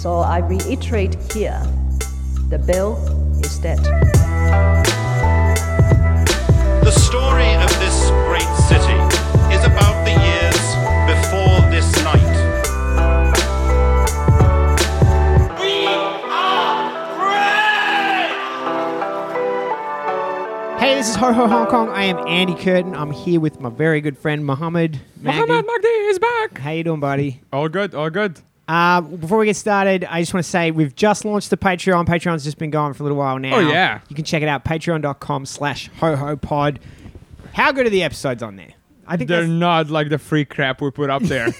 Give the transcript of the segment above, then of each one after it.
So I reiterate here the bill is dead. The story of this great city is about the years before this night. Hey, this is Ho Ho Hong Kong. I am Andy Curtin. I'm here with my very good friend Mohammed. Magdi. Muhammad Magdi is back. How you doing, buddy? All good, all good. Uh, before we get started, I just want to say we've just launched the Patreon. Patreon's just been going for a little while now. Oh, yeah. You can check it out, patreon.com slash ho ho pod. How good are the episodes on there? I think They're that's, not like the free crap we put up there.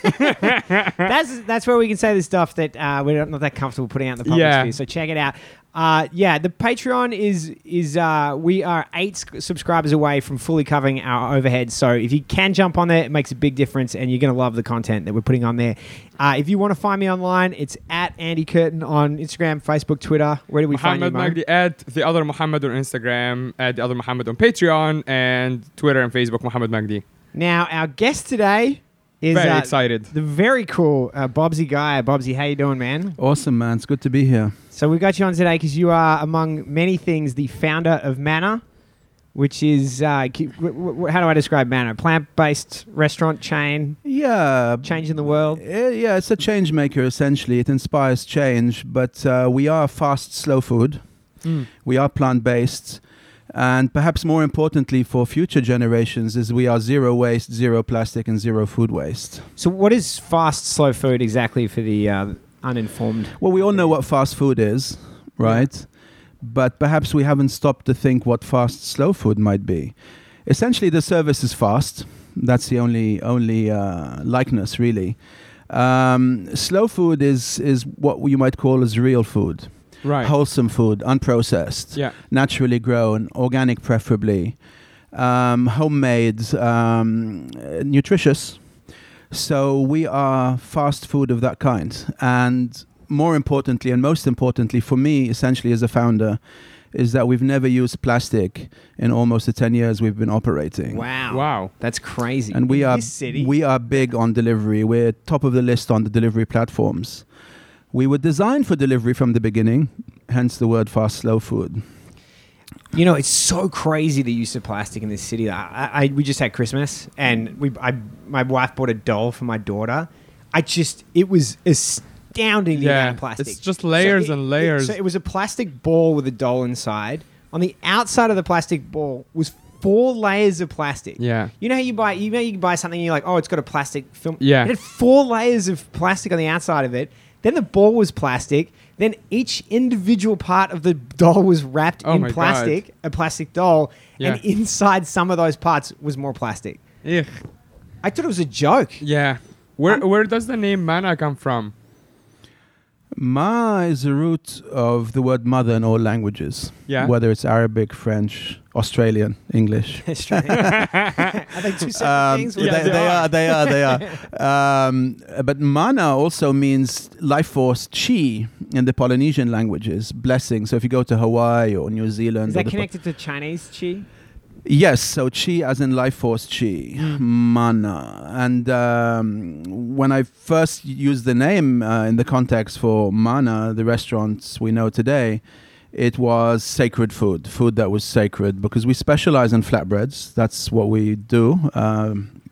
that's that's where we can say the stuff that uh, we're not that comfortable putting out in the public Yeah. sphere. So check it out. Uh, yeah, the Patreon is is uh, we are eight sc- subscribers away from fully covering our overhead. So if you can jump on there, it makes a big difference, and you're gonna love the content that we're putting on there. Uh, if you want to find me online, it's at Andy Curtin on Instagram, Facebook, Twitter. Where do we Muhammad find you? Magdi at the other Muhammad on Instagram, at the other Muhammad on Patreon, and Twitter and Facebook, Muhammad Magdi. Mo? Now our guest today is Very uh, excited. The very cool uh, Bobsy guy. Bobsy, how you doing, man? Awesome, man. It's good to be here. So we got you on today because you are, among many things, the founder of Manor, which is uh, ki- w- w- how do I describe Manor? Plant-based restaurant chain Yeah. changing the world. Eh, yeah, it's a change maker, essentially. It inspires change, but uh, we are fast, slow food. We are plant based. And perhaps more importantly for future generations is we are zero waste, zero plastic, and zero food waste. So what is fast, slow food exactly for the uh, uninformed? Well, we all know what fast food is, right? But perhaps we haven't stopped to think what fast, slow food might be. Essentially, the service is fast. That's the only only uh, likeness, really. Um, slow food is is what you might call as real food, Right. wholesome food, unprocessed, yeah. naturally grown, organic, preferably, um, homemade, um, uh, nutritious. So we are fast food of that kind. And more importantly, and most importantly for me, essentially as a founder, is that we've never used plastic in almost the 10 years we've been operating. Wow, Wow. that's crazy. And we In are this city. we are big on delivery. We're top of the list on the delivery platforms. We were designed for delivery from the beginning, hence the word fast slow food. You know, it's so crazy the use of plastic in this city. I, I- I we just had Christmas, and we I my wife bought a doll for my daughter. I just it was astounding the Yeah, amount of plastic. it's just layers it- and it- layers. so it was a plastic ball with a doll inside. On the outside of the plastic ball was four layers of plastic. Yeah. You know how you buy you know you buy something and you're like, oh, it's got a plastic film. Yeah. It had four layers of plastic on the outside of it. Then the ball was plastic. Then each individual part of the doll was wrapped Oh my in God. plastic, a plastic doll, and Yeah. inside some of those parts was more plastic. Ugh. I thought it was a joke. Yeah. Where, where does the name Mana come from? Ma is the root of the word mother in all languages. Yeah. Whether it's Arabic, French, Australian, English. It's strange. Are they two separate Um, things? they, Yeah, they they are. They are. They are. um, but mana also means life force, chi in the Polynesian languages, blessing. So if you go to Hawaii or New Zealand, Is or that the Po- connected to Chinese chi? yes. So chi as in life force, chi, mana. And um, when I first used the name uh, in the context for mana, the restaurants we know today. It was sacred food, food that was sacred, because we specialize in flatbreads. That's what we do. Um,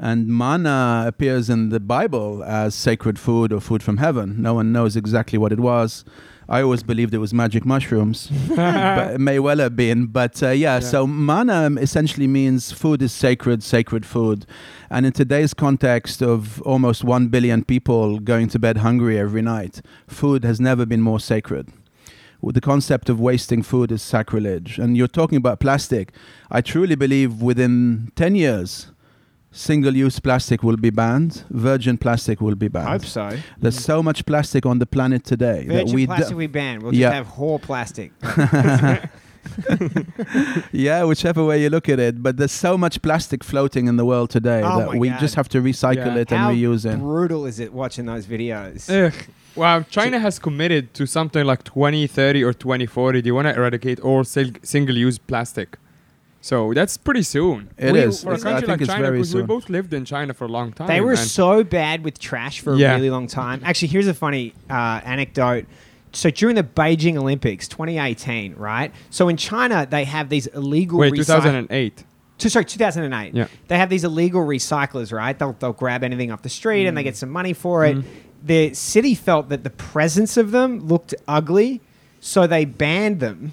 and manna appears in the Bible as sacred food or food from heaven. No one knows exactly what it was. I always believed it was magic mushrooms, but it may well have been. But uh, yeah, so manna essentially means food is sacred, sacred food. And in today's context of almost 1 billion people going to bed hungry every night, food has never been more sacred the concept of wasting food is sacrilege. And you're talking about plastic. I truly believe within 10 years, single use plastic will be banned, virgin plastic will be banned. so. There's so much plastic on the planet today Virgin that we. plastic do- we ban. We'll just Yeah. have whore plastic. yeah, whichever way you look at it. But there's so much plastic floating in the world today Oh my that we God. just have to recycle Yeah. it How and reuse it. brutal is it watching those videos? Ugh. Wow, China has committed to something like 2030 or 2040. They want to eradicate all single use plastic. So that's pretty soon. It It is. is. For a It's- I country think like it's China, very because we soon. both lived in China for a long time. They were and- so bad with trash for a Yeah. really long time. Actually, here's a funny uh, anecdote. So during the Beijing Olympics, 2018, right? So in China, they have these illegal. Wait, recyc- 2008. Two- sorry, 2008. Yeah. They have these illegal recyclers, right? They'll, they'll grab anything off the street Mm. and they get some money for it. Mm-hmm. The city felt that the presence of them looked ugly, so they banned them.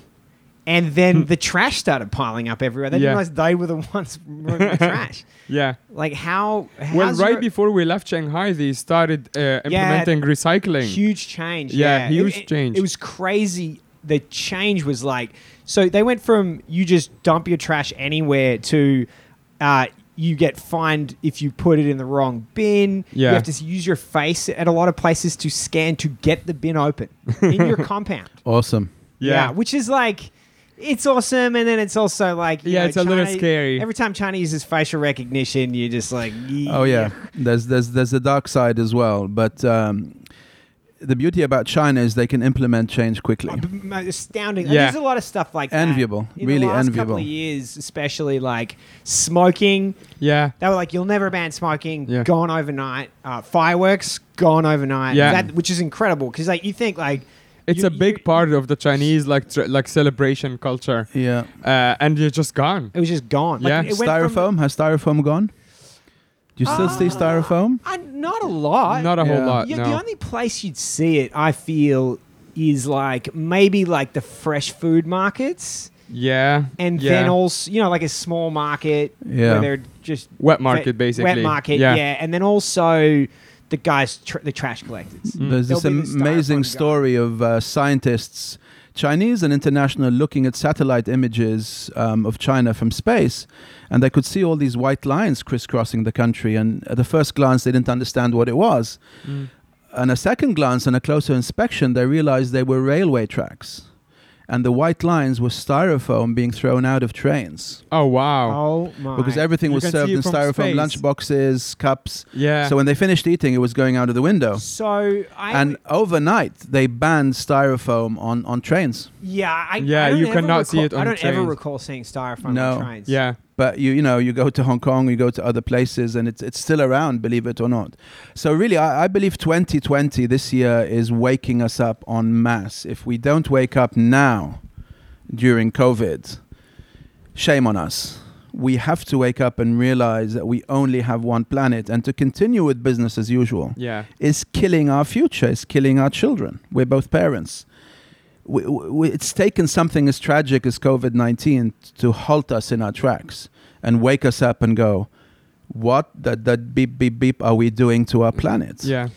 And then the trash started piling up everywhere. They Hmm. Yeah. didn't realize they were the ones running the trash. Yeah. Like how? Well, how's right your- before we left Shanghai, they started uh, implementing recycling. Huge change. Yeah, Yeah, huge It- it- change. It was crazy. The change was like so they went from you just dump your trash anywhere to uh, you get fined if you put it in the wrong bin. Yeah. You have to use your face at a lot of places to scan to get the bin open in your compound. Awesome. Yeah. which is like. It's awesome, and then it's also like you Yeah, know, it's a little China- scary. Every time China uses facial recognition, you're just like, Oh yeah, there's there's there's the dark side as well, but um, the beauty about China is they can implement change quickly. m- astounding. Yeah. There's a lot of stuff like that. Enviable. In Really the last enviable. Couple of years, especially like smoking. yeah. They were like, "You'll never ban smoking." Yeah. Gone overnight. Uh, fireworks gone overnight. Yeah. That- which is incredible because like you think like It's you- a big you- part of the Chinese like tr- like celebration culture, Yeah. uh, and you're just gone. It was just gone. Like, Yeah. it went styrofoam from- has styrofoam gone? Do you still see styrofoam? Uh, not a lot. Not a Yeah. whole lot. Yeah, no. The only place you'd see it, I feel, is like maybe like the fresh food markets, yeah. and yeah. then also you know like a small market Yeah. where they're just wet market, Fe- basically. Wet market, yeah. Yeah. And then also the guys, tr- the trash collectors. Mm. There's this There'll be the styrofoam amazing guy. story of uh, scientists, Chinese and international, looking at satellite images um, of China from space, and they could see all these white lines crisscrossing the country. And at the first glance, they didn't understand what it was. Mm. And a second glance and a closer inspection, they realized they were railway tracks. And the white lines were styrofoam being thrown out of trains Oh wow. Oh my! because everything You was can served see it in from styrofoam space. lunchboxes, cups. Yeah. So when they finished eating, it was going out of the window. so I And overnight, they banned styrofoam on, on trains. yeah, I, Yeah, I don't you ever cannot see recall- it on I don't ever trains. recall seeing styrofoam No. on trains. yeah. But you you know you go to Hong Kong, you go to other places, and it's it's still around, believe it or not. So really, I, I believe 2020 this year is waking us up en masse. If we don't wake up now, during COVID, shame on us. We have to wake up and realize that we only have one planet, and to continue with business as usual. Yeah. is killing our future, is killing our children. We're both parents. We, we, it's taken something as tragic as COVID 19 to halt us in our tracks and wake us up and go, what that, that beep, beep, beep are we doing to our planet? Yeah.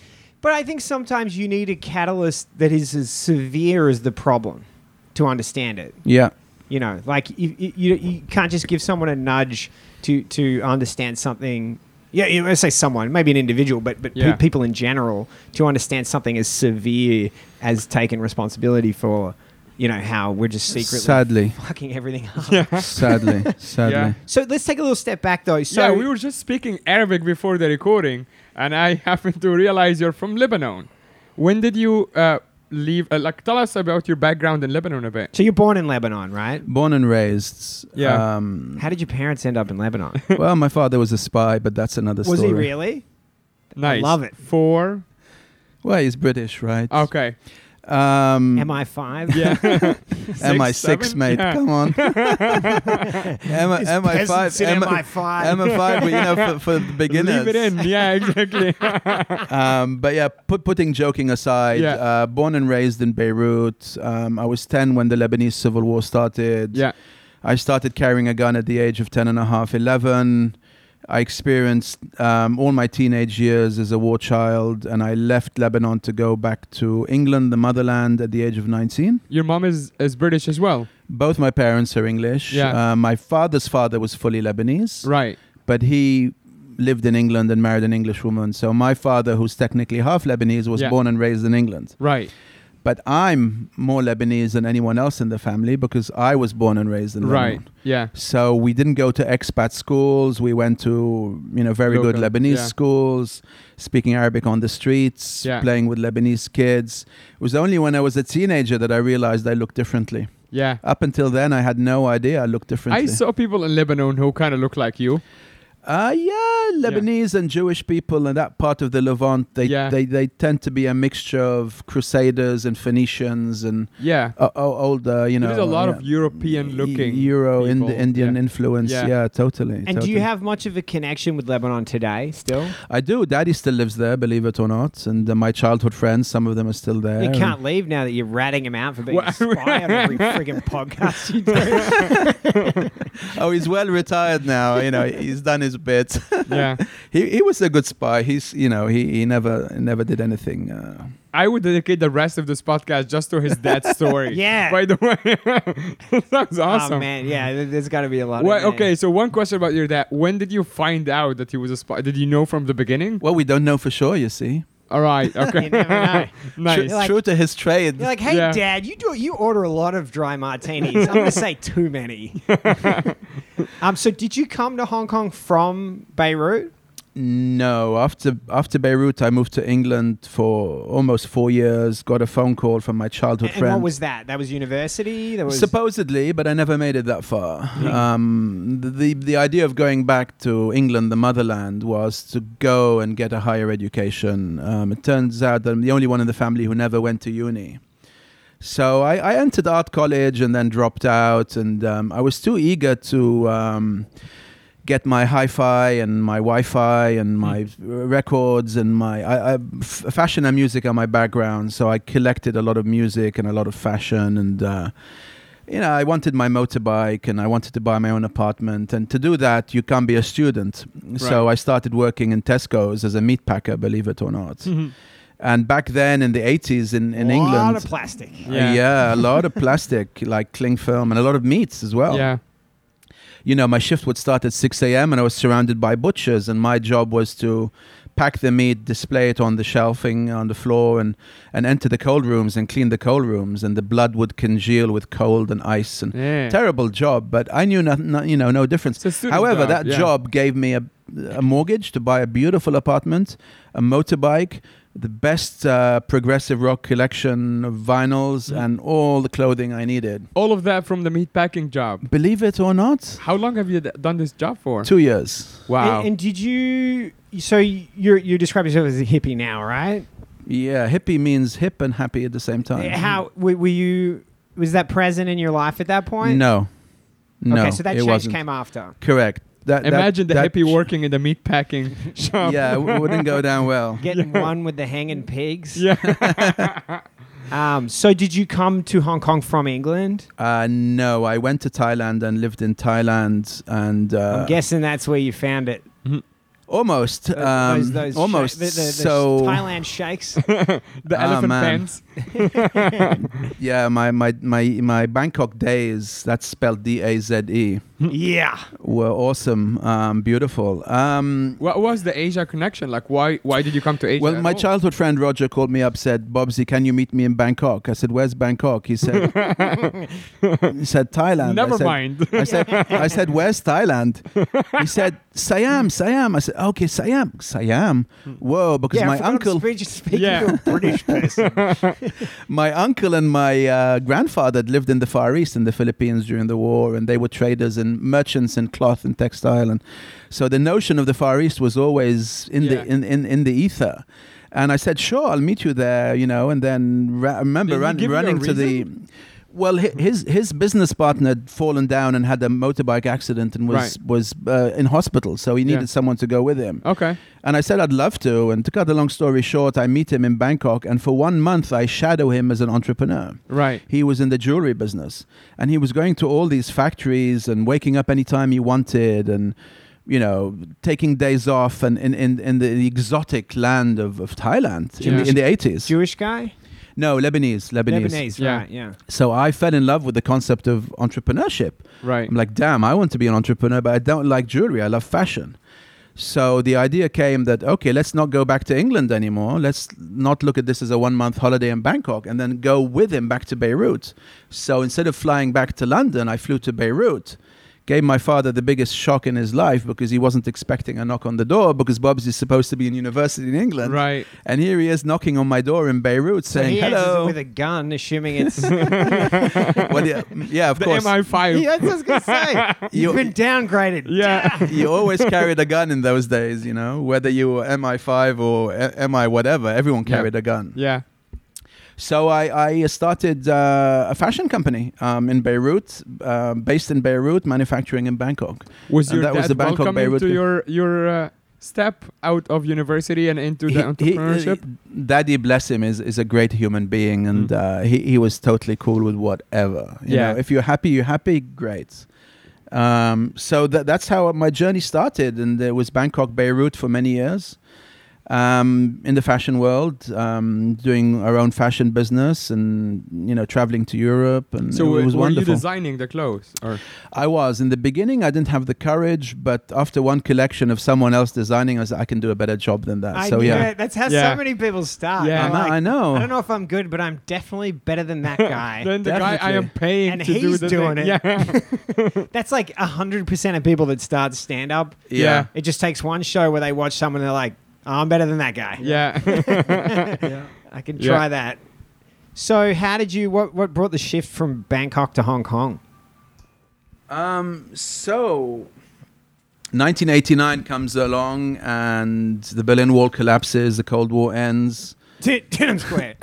But I think sometimes you need a catalyst that is as severe as the problem to understand it. Yeah. You know, like you, you- you, you can't just give someone a nudge to to understand something. Yeah, you know, I say someone, maybe an individual, but but pe- Yeah. people in general to understand something as severe as taking responsibility for, you know, how we're just secretly Sadly. fucking everything up. sadly. Sadly. Yeah. So let's take a little step back though. So yeah, we were just speaking Arabic before the recording, and I happened to realize you're from Lebanon. When did you uh, leave? Uh, like, tell us about your background in Lebanon a bit. so you're born in Lebanon, right? Born and raised. Yeah. Um, How did your parents end up in Lebanon? well, my father was a spy, but that's another Was story. he really? Nice. love it. Four. Well, he's British, right? Okay. Um, MI five? Mm. Yeah. MI6, seven? mate. Yeah. Come on. MI, peasants MI5. in MI, MI5. MI5, but you know, for, for the beginners. Leave it in. Yeah, exactly. Um, but yeah, put, putting joking aside, Yeah. uh, born and raised in Beirut. Um, I was 10 when the Lebanese civil war started. yeah. I started carrying a gun at the age of 10 and a half, 11. I experienced um, all my teenage years as a war child, and I left Lebanon to go back to England, the motherland, at the age of 19. Your mom is, is British as well. Both my parents are English. Yeah. Uh, my father's father was fully Lebanese, Right. but he lived in England and married an English woman. So my father, who's technically half Lebanese, was Yeah. born and raised in England. Right. But I'm more Lebanese than anyone else in the family because I was born and raised in Right. Lebanon. Yeah. So we didn't go to expat schools. We went to you know very good Local, Lebanese yeah. schools, speaking Arabic on the streets, Yeah. playing with Lebanese kids. It was only when I was a teenager that I realized I looked differently. Yeah. Up until then, I had no idea I looked differently. I saw people in Lebanon who kind of look like you. Uh, yeah, Lebanese and Jewish people in that part of the Levant, they, Yeah. they, they tend to be a mixture of Crusaders and Phoenicians and Yeah. uh, oh, older, you know. There's a lot yeah, of European looking. E- Euro in people. Indian Yeah. influence. Yeah. Yeah, totally. And do you have much of a connection with Lebanon today still? I do. Daddy still lives there, believe it or not. And uh, my childhood friends, some of them are still there. You and- can't leave now that you're ratting him out for being a Well, spy on every frigging podcast you do. oh, he's well retired now. You know, he's done his bit. yeah. he, he was a good spy. He's, you know, he, he never never did anything. Uh, I would dedicate the rest of this podcast just to his dad's story. Yeah. By the way, that's awesome. Oh man, yeah, th- there's got to be a lot. Well, of okay, so one question about your dad. When did you find out that he was a spy? Did you know from the beginning? well, we don't know for sure, you see. All right. Okay. You never know. nice. You're like- True to his trade. You're like, hey, Yeah. Dad, you do you order a lot of dry martinis. I'm gonna say too many. um, so did you come to Hong Kong from Beirut? No, after after Beirut, I moved to England for almost four years. Got a phone call from my childhood And friend. what was that? That was university. That was Hmm. Supposedly, but I never made it that far. Um, the, the the idea of going back to England, the motherland, was to go and get a higher education. Um, it turns out that I'm the only one in the family who never went to uni. So I, I entered art college and then dropped out, and um, I was too eager to. Um, Get my hi-fi and my Wi-Fi Hmm. and my r- records and my I, I, f- fashion and music are my background, so I collected a lot of music and a lot of fashion and uh, you know, I wanted my motorbike and I wanted to buy my own apartment. And to do that, you can't be a student. So I started working in Tesco's as a meat packer, believe it or not. And back then in the 80s in, in Mm-hmm. a England, lot of plastic. yeah. Yeah. a lot of plastic, like cling film, and a lot of meats as well. yeah. You know, my shift would start at 6 a.m. and I was surrounded by butchers, and my job was to pack the meat, display it on the shelving on the floor, and, and enter the cold rooms and clean the cold rooms. And the blood would congeal with cold and ice. And Yeah. terrible job, but I knew not, not- you know no difference. It's a student However, job, that yeah. job gave me a, a mortgage to buy a beautiful apartment, a motorbike, the best uh, progressive rock collection of vinyls, Mm. and all the clothing I needed. All of that from the meatpacking job. Believe it or not, How long have you d- done this job for? two years. Wow. And, and did you? So you you describe yourself as a hippie now, right? Yeah, hippie means hip and happy at the same time. How were, were you? Was that present in your life at that point? No, no. okay, so that it change wasn't. came after. Correct. That, that- Imagine the that hippie ch- working in the meatpacking shop. Yeah, it wouldn't go down well. Getting one with the hanging pigs. Yeah. Um, so did you come to Hong Kong from England? Uh, no, I went to Thailand and lived in Thailand, and uh, I'm guessing that's where you found it. Almost. Those- um, those- those almost. shak- the, the, the so Thailand shakes. The Ah, elephant man. pants. yeah, my, my my my Bangkok days. That's spelled D A Z E. yeah. Were awesome, um, beautiful. Um, What was the Asia connection? Like, why why did you come to Asia? well, at my all? childhood friend Roger called me up, said, "Bobsy, can you meet me in Bangkok?" I said, "Where's Bangkok?" He said, "He said Thailand." I Never said- mind. I said, I said, where's Thailand? He said, Siam, Siam. I said, okay, Siam, Siam. Whoa, because yeah, I my forgot I'm uncle, speak- speaking Yeah. to a British person. my uncle and my uh, grandfather had lived in the Far East in the Philippines during the war, and they were traders and merchants in cloth and textile, and so the notion of the Far East was always in the Yeah. in, in, in the ether. And I said, sure, I'll meet you there, you know. And then ra- I remember Did he run, give you a running to the. Well, hi- his his business partner had fallen down and had a motorbike accident and was Right. was uh, in hospital, so he Yeah. needed someone to go with him. Okay. And I said I'd love to. And to cut a long story short, I meet him in Bangkok, and for one month I shadow him as an entrepreneur. Right. He was in the jewelry business, and he was going to all these factories and waking up anytime he wanted, and you know, taking days off, and in in, in the exotic land of, of Thailand in, Yeah. the, in the eighties. Jewish guy? no, Lebanese, Lebanese, Lebanese, Yeah. right, yeah. So I fell in love with the concept of entrepreneurship. Right. I'm like, damn, I want to be an entrepreneur, but I don't like jewelry. I love fashion. So the idea came that okay, let's not go back to England anymore. Let's not look at this as a one-month holiday in Bangkok, and then go with him back to Beirut. So instead of flying back to London, I flew to Beirut, gave my father the biggest shock in his life because he wasn't expecting a knock on the door because Bob's is supposed to be in university in England. Right. And here he is knocking on my door in Beirut saying, he answers it hello. with a gun, assuming it's. Well, yeah, yeah, of The course. MI5. yeah, that's what I was gonna say. You've You- been downgraded. Yeah. you always carried a gun in those days, you know, whether you were MI5 or uh, MI whatever, everyone Yeah. carried a gun. yeah. So I, I started uh, a fashion company um, in Beirut, uh, based in Beirut, manufacturing in Bangkok. Was And your that dad was the Bangkok welcoming Beirut to co- your your uh, step out of university and into the He- he- entrepreneurship? Mm. Daddy, bless him, is, is a great human being, and uh, he, he was totally cool with whatever. You Yeah. know, if you're happy, you're happy, great. Um, so that, that's how my journey started, and it was Bangkok, Beirut for many years. Um, in the fashion world, um, doing our own fashion business, and you know, traveling to Europe, and so it was were wonderful. you designing the clothes or I was in the beginning. I didn't have the courage, but after one collection of someone else designing, I was I can do a better job than that. I so knew yeah, it. that's how Yeah. so many people start. Yeah. I They're know- like, I know. I don't know if I'm good, but I'm definitely better than that guy. then the guy I Definitely. am paying And to do he's the doing thing. it. Yeah. That's like hundred percent of people that start stand up. Yeah. It just takes one show where they watch someone and they're like, oh, I'm better than that guy. yeah. I can Yeah. try that. So how did you what what brought the shift from Bangkok to Hong Kong? Um, so 1989 comes along and the Berlin Wall collapses, the Cold War ends. Ti- Tiananmen Square.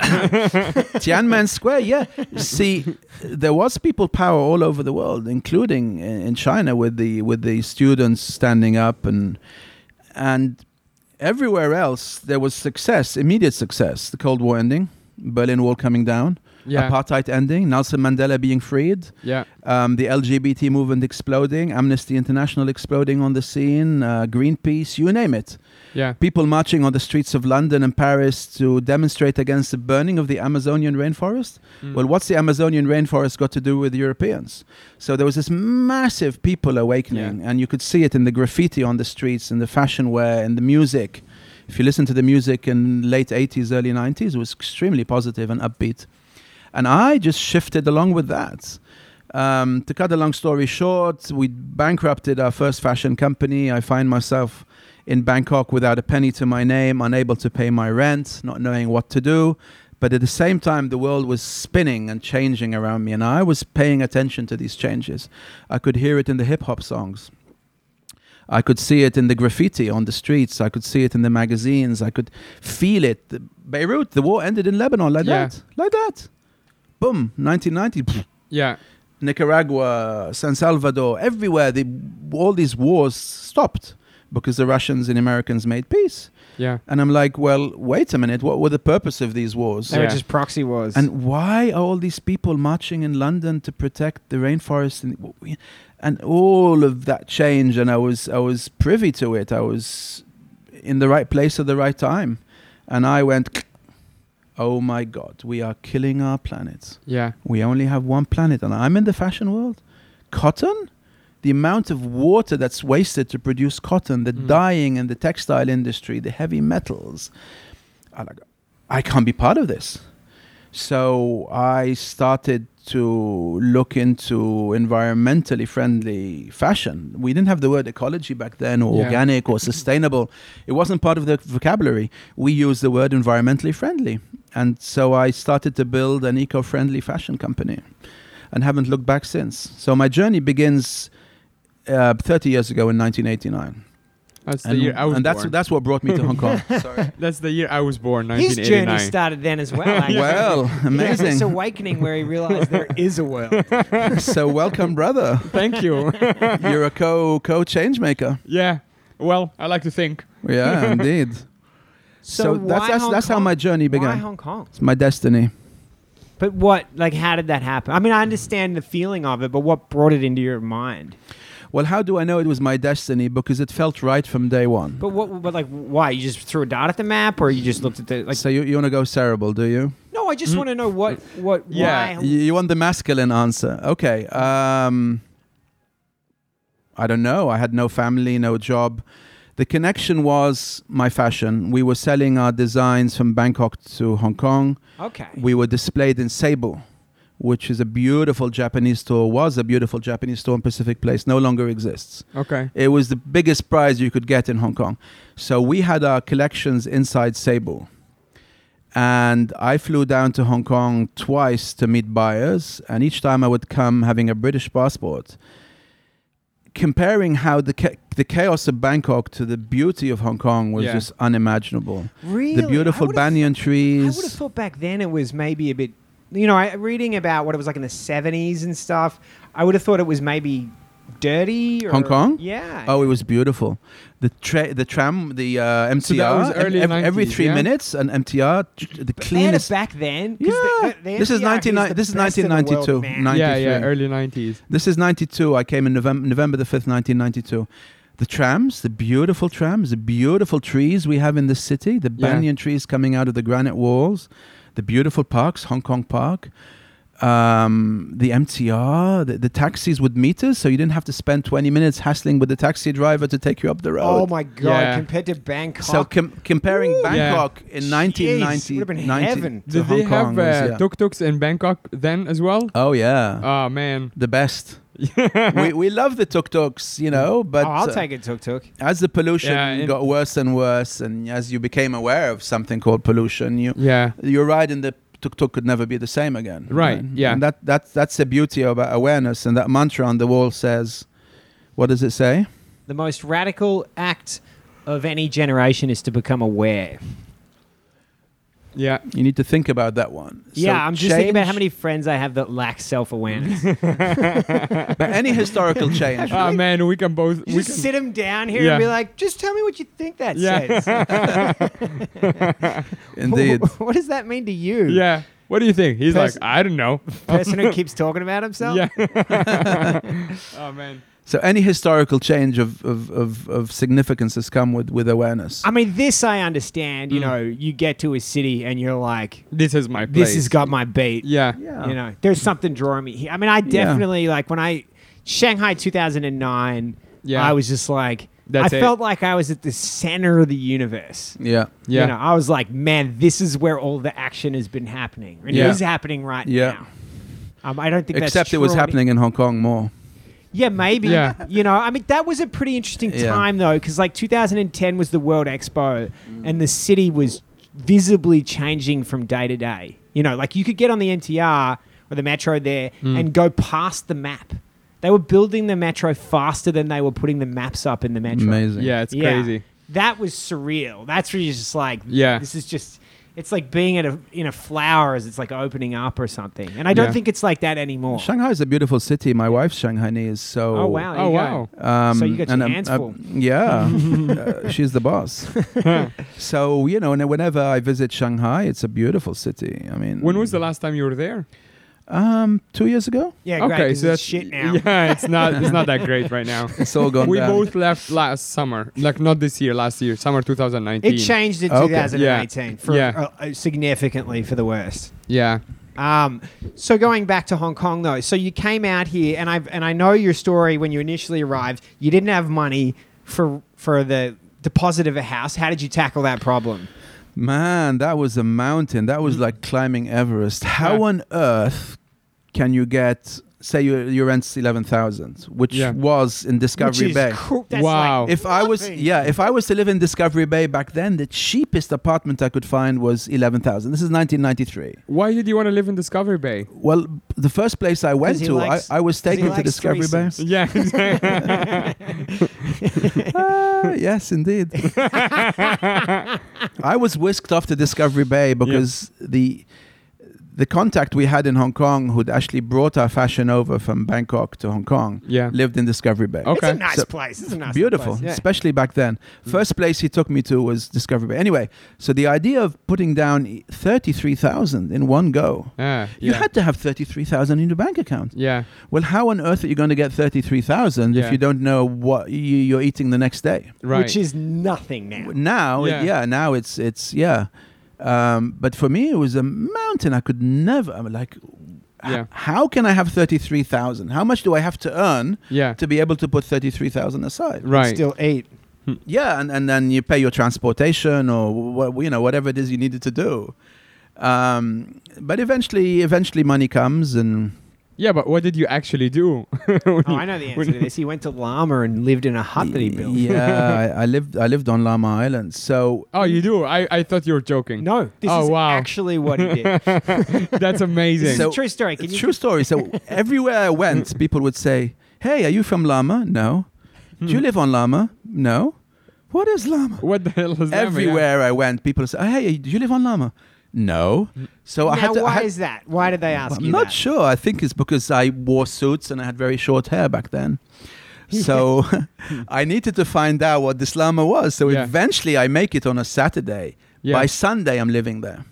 Tiananmen Square, yeah. See, there was people power all over the world, including i- in China with the with the students standing up and and everywhere else there was success, immediate success. The Cold War ending, Berlin Wall coming down, Yeah. apartheid ending, Nelson Mandela being freed yeah. um, the LGBT movement exploding, Amnesty International exploding on the scene, uh, Greenpeace, you name it. Yeah. People marching on the streets of London and Paris to demonstrate against the burning of the Amazonian rainforest. Well, what's the Amazonian rainforest got to do with Europeans? So there was this massive people awakening, and you could see it in the graffiti on the streets, in the fashion wear, in the music. If you listen to the music in late 80s, early 90s, it was extremely positive and upbeat. And I just shifted along with that. Um, to cut a long story short, we bankrupted our first fashion company. I find myself in Bangkok without a penny to my name, unable to pay my rent, not knowing what to do. But at the same time, the world was spinning and changing around me, and I was paying attention to these changes. I could hear it in the hip hop songs. I could see it in the graffiti on the streets. I could see it in the magazines. I could feel it. The- Beirut, the war ended in Lebanon like Yeah. that. Like that. Boom, 1990. Yeah. Nicaragua, San Salvador, everywhere, the, all these wars stopped because the Russians and Americans made peace. Yeah. And I'm like, well, wait a minute, what were the purpose of these wars? They were Yeah. just proxy wars. And why are all these people marching in London to protect the rainforest? And, and all of that change, and I was I was privy to it. I was in the right place at the right time, and I went, oh my God, we are killing our planet. Yeah. We only have one planet, and I'm in the fashion world. Cotton? The amount of water that's wasted to produce cotton, the Mm. dyeing and the textile industry, the heavy metals. I, like, I can't be part of this. So I started to look into environmentally friendly fashion. We didn't have the word ecology back then, or Yeah. organic, or sustainable. It wasn't part of the vocabulary. We used the word environmentally friendly. And so I started to build an eco friendly fashion company and haven't looked back since. So my journey begins uh, 30 years ago in 1989. That's the And, year I was and that's, born. that's what brought me to Hong Kong. Sorry. That's the year I was born, his journey 1989. started then as well. actually. Well, He had this amazing. awakening where he realized there is a world. so welcome, brother. Thank you. You're a co co change maker. yeah. Well, I like to think. Yeah, indeed. So, So, why that's that's, Hong that's how Kong? my journey Why began. Hong Kong? it's my destiny. But what, like, how did that happen? I mean, I understand the feeling of it, but what brought it into your mind? Well, how do I know it was my destiny? Because it felt right from day one. But what, but like, why? You just threw a dot at the map, or you just looked at the like? so you, you want to go cerebral, do you? No, I Mm. just want to know what, what, Yeah, why? You, you want the masculine answer? Okay. Um, I don't know. I had no family, no job. The connection was my fashion. We were selling our designs from Bangkok to Hong Kong. okay. We were displayed in Cebu, which is a beautiful Japanese store, was a beautiful Japanese store in Pacific Place, no longer exists. Okay. It was the biggest prize you could get in Hong Kong. So we had our collections inside Cebu. And I flew down to Hong Kong twice to meet buyers. And each time I would come having a British passport. Comparing how the, cha- the chaos of Bangkok to the beauty of Hong Kong was Yeah. just unimaginable. Really? The beautiful I would've- banyan I would have trees. thought back then it was maybe a bit, you know, I, reading about what it was like in the 70s and stuff, I would have thought it was maybe dirty. Or, Hong Kong? Yeah. Oh, it was beautiful. The tra- the tram, the uh, MTR. was ev- early ev- every 90s, three yeah? minutes, an MTR, tr- the They had it cleanest. back then. 'cause Yeah. the- the- the This NCR is is 1990 the this is best in the world, 1992, man. nine- Yeah, yeah, 93. early 90s. This is 92. I came in November, November the 5th, 1992. The trams, the beautiful trams, the beautiful trees we have in the city, the Yeah. banyan trees coming out of the granite walls, the beautiful parks, Hong Kong Park, um, the MTR, the, the taxis would meet us, so you didn't have to spend 20 minutes hassling with the taxi driver to take you up the road. Oh my god! Yeah. Compared to Bangkok, So com- comparing Ooh. Bangkok in Jeez, 1990 would've been 90 heaven. to Did Hong they Kong have was, uh, yeah. tuk-tuks in Bangkok then as well? Oh yeah, Uh, oh, man. the best. we, we love the tuk tuks, you know, but oh, I'll uh, take a tuk tuk. as the pollution Yeah, and- got worse and worse, and as you became aware of something called pollution, you Yeah. your ride in the tuk tuk could never be the same again. Right, yeah. And that that's that's the beauty of awareness, and that mantra on the wall says, what does it say? The most radical act of any generation is to become aware. Yeah. You need to think about that one. So yeah, I'm just thinking about how change- many friends I have that lack self awareness. But any historical change. Uh, Ah, man, we can both. We just can, sit them down here Yeah. and be like, just tell me what you think that Yeah. says. Indeed. what does that mean to you? yeah. What do you think? He's Pers- like, I don't know. Person who keeps talking about himself? Yeah. oh, man. So any historical change of, of, of, of significance has come with, with awareness. I mean, this I understand. Mm. You know, you get to a city and you're like, This is my place. this has got my beat. Yeah. Yeah. You know, there's something drawing me here. I mean, I definitely, like, when I, Shanghai 2009, Yeah. I was just like, That's I it. felt like I was at the center of the universe. yeah. Yeah. You know, I was like, man, this is where all the action has been happening. And Yeah. it is happening right Yeah. now. Um, I don't think that's Except it was true on- happening in Hong Kong more. Yeah, maybe. Yeah. You know, I mean, that was a pretty interesting Yeah. time, though, because like 2010 was the World Expo and the city was visibly changing from day to day. You know, like you could get on the MTR or the metro there Hmm. and go past the map. They were building the metro faster than they were putting the maps up in the metro. Amazing. Yeah, it's Yeah. crazy. That was surreal. That's where you're just like, Yeah. this is just. It's like being at a in a flower as it's like opening up or something. And I don't Yeah. think it's like that anymore. Shanghai is a beautiful city. My wife's Shanghainese, so oh wow! there Oh, you go. wow. Um, So you got your and, um, hands uh, full. yeah, Uh, she's the boss. so you know, and whenever I visit Shanghai, it's a beautiful city. I mean, When was the last time you were there? um two years ago? Yeah, great. 'cause it's that's- shit now. Yeah, it's not. It's not that great right now. It's all gone we down. both left last summer, like not this year, last year, summer 2019. It changed in Okay. 2018 for Yeah. uh, uh, significantly for the worst. Yeah, Um, so going back to Hong Kong though, so you came out here, and I have and I know your story when you initially arrived. You didn't have money for for the deposit of a house. How did you tackle that problem? Man, that was a mountain. That Mm. was like climbing Everest. How Yeah. on earth can you get? Say your your rent's eleven thousand, which Yeah. was in Discovery Which is Bay. cool. That's Wow. like If I was nothing. yeah, if I was to live in Discovery Bay back then, the cheapest apartment I could find was eleven thousand. This is nineteen ninety three. Why did you want to live in Discovery Bay? Well, the first place I 'Cause went he to, likes- I, I was 'cause he taken to likes Discovery Bay. threesomes. Yeah, Ah, yes, indeed. I was whisked off to Discovery Bay because the the contact we had in Hong Kong, who'd actually brought our fashion over from Bangkok to Hong Kong, Yeah. lived in Discovery Bay. Okay. Mm. It's a nice So- place. It's a nice Beautiful, Place. Yeah. especially back then. First place he took me to was Discovery Bay. Anyway, so the idea of putting down e, thirty-three thousand in one go. yeah, You Ah, yeah. had to have thirty-three thousand in your bank account. yeah, Well, how on earth are you going to get thirty-three thousand Yeah. if you don't know what you, you're eating the next day? right. Which is nothing now. Now, it- Yeah. yeah. now it's it's yeah. Um, but for me, it was a mountain. I could never. I'm like, h- Yeah. how can I have thirty-three thousand? How much do I have to earn yeah, to be able to put thirty-three thousand aside? right. Still eight. Yeah, and, and then you pay your transportation or wh- wh- you know whatever it is you needed to do. Um, but eventually, eventually, money comes, and Yeah, but what did you actually do? Oh, I know the answer to this. He went to Lama and lived in a hut that he built. yeah, I, I lived I lived on Llama Island, so Oh, you do? I, I thought you were joking. No, this Oh, is wow. actually what he did. That's amazing. It's a So- true story. Can it's you true story. So everywhere I went, people would say, "Hey, are you from Lama? No. Do Hmm. you live on Lama? No. What is Lama? what the hell is that? man? Everywhere I went, people say, "Hey, do you live on Lama? No. So I now, had to. I why had- is that? Why did they ask I'm you not that? sure. I think it's because I wore suits and I had very short hair back then. So I needed to find out what this llama was. So Yeah. eventually I make it on a Saturday. Yeah. By Sunday, I'm living there.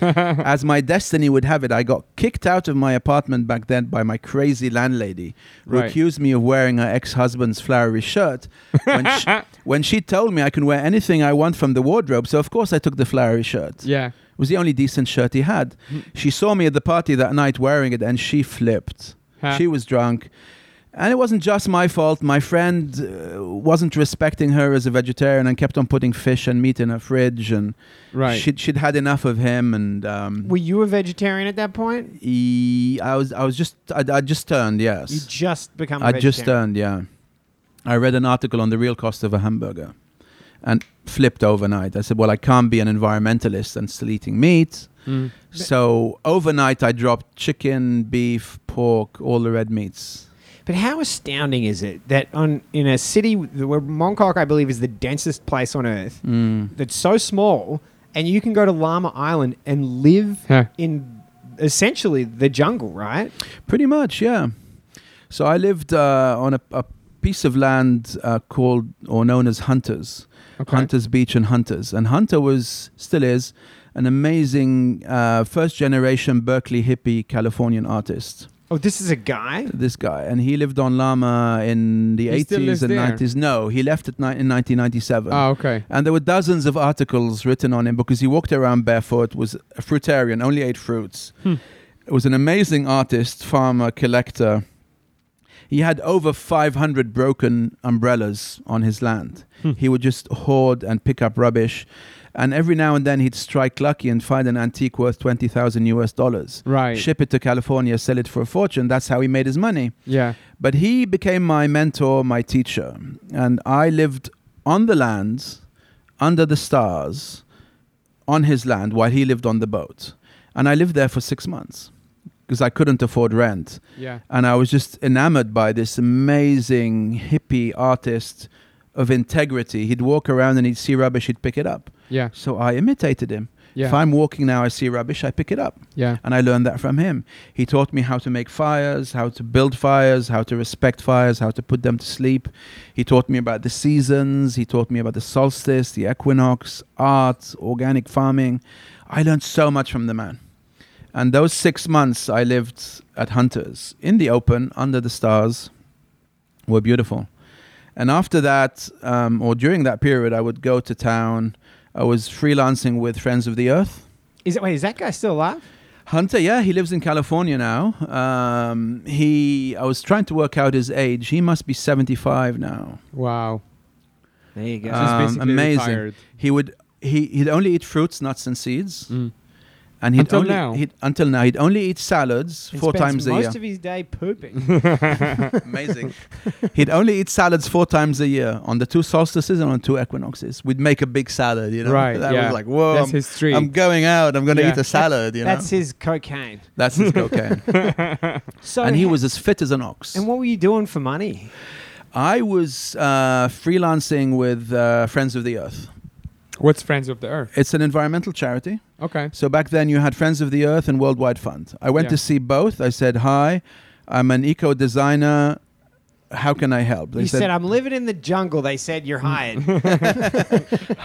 As my destiny would have it, I got kicked out of my apartment back then by my crazy landlady who Right. accused me of wearing her ex husband's flowery shirt when she, when she told me I can wear anything I want from the wardrobe. So, of course, I took the flowery shirt. Yeah. It was the only decent shirt he had. Hmm. She saw me at the party that night wearing it and she flipped. Huh. She was drunk. And it wasn't just my fault. My friend uh, wasn't respecting her as a vegetarian and kept on putting fish and meat in her fridge. And Right. she'd, she'd had enough of him. And um, Were you a vegetarian at that point? he, I was, I was just, I, I just turned. You Yes, just become. a I just vegetarian. turned. Yeah, I read an article on the real cost of a hamburger, and flipped overnight. I said, well, I can't be an environmentalist and still eating meat. Mm. So overnight, I dropped chicken, beef, pork, all the red meats. But how astounding is it that on in a city where Mongkok, I believe, is the densest place on earth, Mm. that's so small, and you can go to Llama Island and live Huh. in essentially the jungle, right? Pretty much, yeah. So I lived uh, on a, a piece of land uh, called or known as Hunters, Okay. Hunters Beach and Hunters, and Hunter was still is an amazing uh, first generation Berkeley hippie Californian artist. Oh, this is a guy. This guy, and he lived on Lama in the He still lives eighties and there? nineties. No, he left it ni- in nineteen ninety seven. Oh, okay. And there were dozens of articles written on him because he walked around barefoot, was a fruitarian, only ate fruits. Was an amazing artist, farmer, collector. He had over 500 broken umbrellas on his land. He would just hoard and pick up rubbish. And every now and then he'd strike lucky and find an antique worth 20,000 US dollars. Right. Ship it to California, sell it for a fortune. That's how he made his money. Yeah. But he became my mentor, my teacher. And I lived on the land, under the stars, on his land while he lived on the boat. And I lived there for six months because I couldn't afford rent. Yeah. And I was just enamored by this amazing hippie artist of integrity. He'd walk around and he'd see rubbish, he'd pick it up. Yeah. So I imitated him. Yeah. If I'm walking now, I see rubbish, I pick it up Yeah. and I learned that from him. He taught me how to make fires, how to build fires, how to respect fires, how to put them to sleep. He taught me about the seasons. He taught me about the solstice, the equinox, art, organic farming. I learned so much from the man. And those six months I lived at Hunter's in the open, under the stars, were beautiful. And after that, um, or during that period, I would go to town. I was freelancing with Friends of the Earth. Is that wait? Is that guy still alive? Hunter, yeah, he lives in California now. Um, he, I was trying to work out his age. He must be seventy-five now. Wow. There you go. Uh, Just Um, basically amazing. retired. He would, he, he'd only eat fruits, nuts, and seeds, Mm. and he'd Until only, now. He'd, until now, he'd only eat salads And four spends times a most year. of his day pooping. Amazing. he'd only eat salads four times a year on the two solstices and on two equinoxes. We'd make a big salad, you know. Right, That yeah. was like, whoa, That's I'm, his streak. I'm going out. I'm going to Yeah. eat a salad. You That's know. his cocaine. That's his cocaine. So and he ha- was as fit as an ox. And what were you doing for money? I was uh, freelancing with uh, Friends of the Earth. What's Friends of the Earth? It's an environmental charity. Okay. So back then you had Friends of the Earth and Worldwide Fund. I went Yeah. to see both. I said, Hi, I'm an eco designer. How can I help? you said, Mm. I'm living in the jungle. They said you're hired.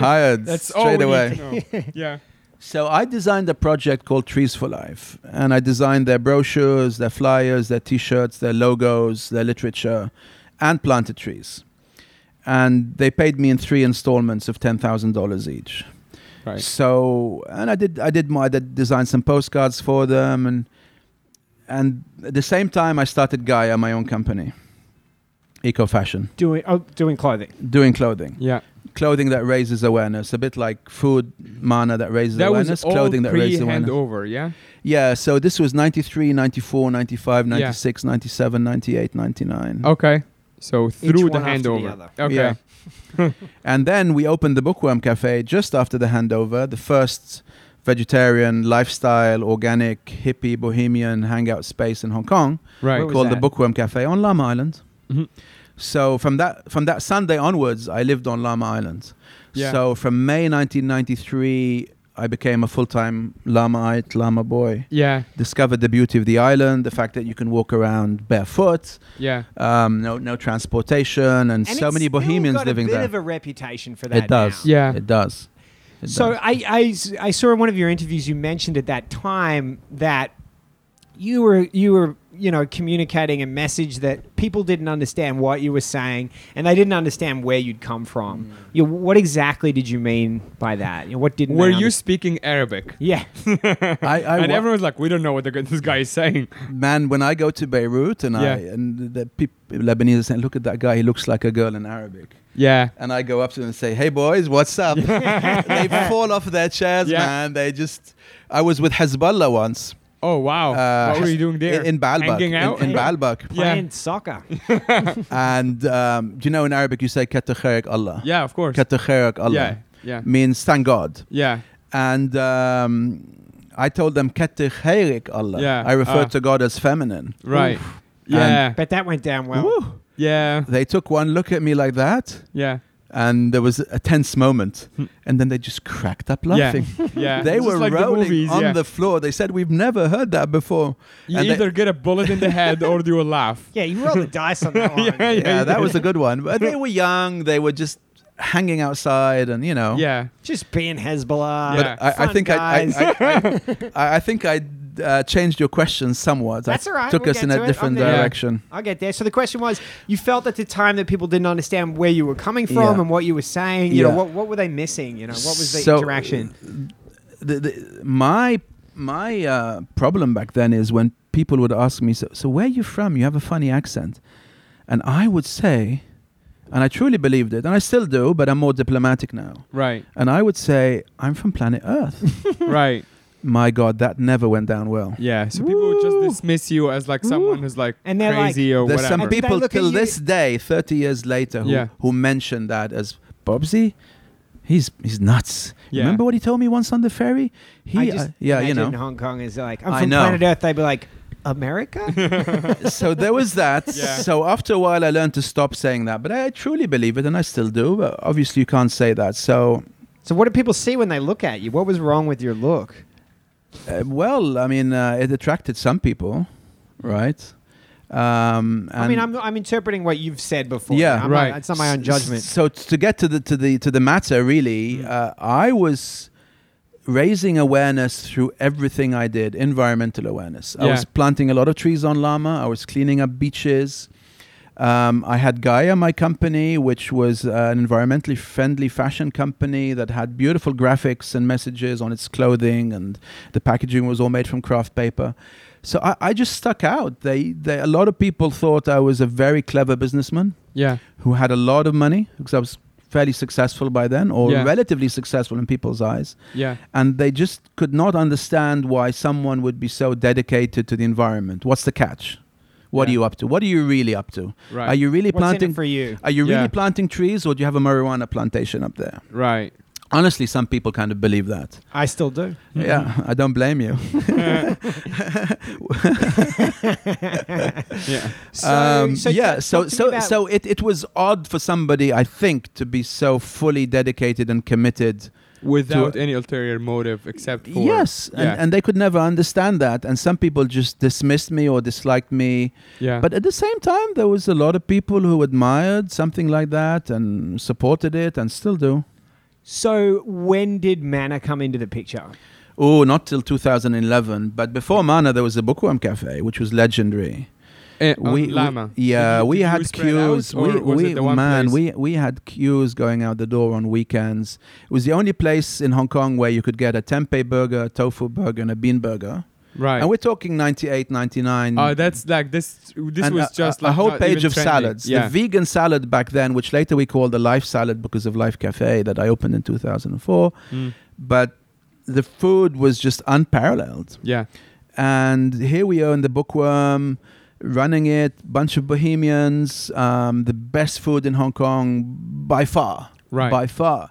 hired That's all straight we away. Need to know. yeah. So I designed a project called Trees for Life, and I designed their brochures, their flyers, their T-shirts, their logos, their literature, and planted trees. And they paid me in three installments of ten thousand dollars each. Right. So, and I did, I did more. I did design some postcards for them, and and at the same time, I started Gaia, my own company, eco fashion, doing oh, doing clothing. doing clothing Yeah. clothing that raises awareness, a bit like food mana that raises That awareness, was all clothing that raises awareness. pre-handover, yeah? Yeah, so this was 93, 94, 95, Yeah. 96, 97, 98, 99. Okay. So through the Mm-hmm. one after the handover. other. okay. Yeah. And then we opened the Bookworm Cafe just after the handover, the first vegetarian, lifestyle, organic, hippie, bohemian hangout space in Hong Kong Right. What was called the that? Bookworm Cafe on Llama Island. Mhm. So from that from that Sunday onwards, I lived on Llama Island. Yeah. So from May 1993, I became a full-time Lamaite, Lama boy. yeah. Discovered the beauty of the island, the fact that you can walk around barefoot, Yeah. um, no no transportation, and, And so it's many still Bohemians got living a bit there. of a reputation for that. it does. now. Yeah. It does. It So does. I, I s- I saw in one of your interviews you mentioned at that time that you were you were you know communicating a message that people didn't understand what you were saying and they didn't understand where you'd come from. You, what exactly did you mean by that? You know, what didn't? Were they you understand? speaking Arabic? Yeah. I, I and wa- everyone's like, we don't know what the, g- this guy is saying. man, when I go to Beirut and I Yeah. and the peop Lebanese are saying, "Look at that guy. He looks like a girl in Arabic." Yeah. And I go up to them and say, "Hey boys, what's up?" they fall off their chairs, Yeah. man. They just. I was with Hezbollah once. Oh wow. Uh, what were you doing there? In, in Baalbek. Hanging In, out. in Baalbek. Yeah. Playing soccer. And um, do you know in Arabic you say "Katakhayak Allah." yeah, of course. "Katakhayak Allah" Yeah. Yeah. means thank God. Yeah. and um, I told them "Katikherik Allah." Yeah, I referred ah. to God as feminine. Right. Yeah. But that went down well. Woo. yeah. They took one look at me like that, Yeah. and there was a tense moment, Hmm. and then they just cracked up laughing. Yeah. Yeah. They Just were like rolling the movies, on yeah. the floor. They said, "We've never heard that before." You and they- either get a bullet in the head or you will laugh. Yeah, you roll the dice on that one. Yeah, yeah. Yeah, that was a good one. But they were young. They were just hanging outside, and you know. Yeah. Just being Hezbollah. But I, I Fun think I, I, guys. I, I, I think I uh, changed your question somewhat. That's I all right, Took we'll us in get to a it. different I'm there. direction. I'll get there. So the question was, you felt at the time that people didn't understand where you were coming from Yeah. and what you were saying. You know, Yeah. what, what were they missing? You know, what was the So, interaction? the, the, my my uh, problem back then is when people would ask me, so, so where are you from? You have a funny accent. And I would say, and I truly believed it, and I still do, but I'm more diplomatic now. Right. And I would say, I'm from planet Earth. right. my God, that never went down well. Yeah. So people would just dismiss you as like someone who's like And they're like- crazy or There's whatever. some And did I people look at till you- this day, 30 years later, who, Yeah. who mention that as Bobsy. He's he's nuts. Yeah. Remember what he told me once on the ferry? He, I just uh, yeah, you imagine know. Hong Kong is like, I'm I from know. planet Earth. They'd be like, America? so there was that. Yeah. So after a while, I learned to stop saying that, but I truly believe it, and I still do. But obviously, you can't say that. So, so what do people see when they look at you? What was wrong with your look? uh, well, I mean, uh, it attracted some people, right? Um, I and mean, I'm, I'm interpreting what you've said before. Yeah, I'm not- right. it's not my own judgment. Mm. So t- to get to the to the to the matter, really, uh, I was raising awareness through everything I did. Environmental awareness. I Yeah. was planting a lot of trees on Lama. I was cleaning up beaches. Um, I had Gaia, my company, which was uh, an environmentally friendly fashion company that had beautiful graphics and messages on its clothing, and the packaging was all made from craft paper. So I, I just stuck out. They, they, a lot of people thought I was a very clever businessman yeah. who had a lot of money because I was fairly successful by then, or Yeah. relatively successful in people's eyes, Yeah. and they just could not understand why someone would be so dedicated to the environment. What's the catch? What Yeah. are you up to? What are you really up to? Right. Are you really What's in planting? it for you? are you really Yeah. planting trees, or do you have a marijuana plantation up there? right. Honestly, some people kind of believe that. I still do. Yeah, I don't blame you. Yeah. So, um, so yeah, talk- so talk to me so about- so it, it was odd for somebody, I think, to be so fully dedicated and committed Without any ulterior motive except for yes Yeah. and, and they could never understand that and some people just dismissed me or disliked me yeah. but at the same time there was a lot of people who admired something like that and supported it and still do so when did Mana come into the picture? oh not till 2011 but before mana there was a bookworm cafe which was legendary Eh, on we, llama. we- yeah Did you- we did you had spread out, queues or we, was we it the one man place? we we had queues going out the door on weekends it was the only place in hong kong where you could get a tempeh burger tofu burger and a bean burger Right. And we're talking 98, 99. Oh, that's like this. This and was a- just a, like a whole not page even of trendy. salads. Yeah. The vegan salad back then, which later we called the Life Salad because of Life Cafe that I opened in 2004. Mm. But the food was just unparalleled. yeah. And here we are in the bookworm, running it, bunch of bohemians, um, the best food in Hong Kong by far Right. by far.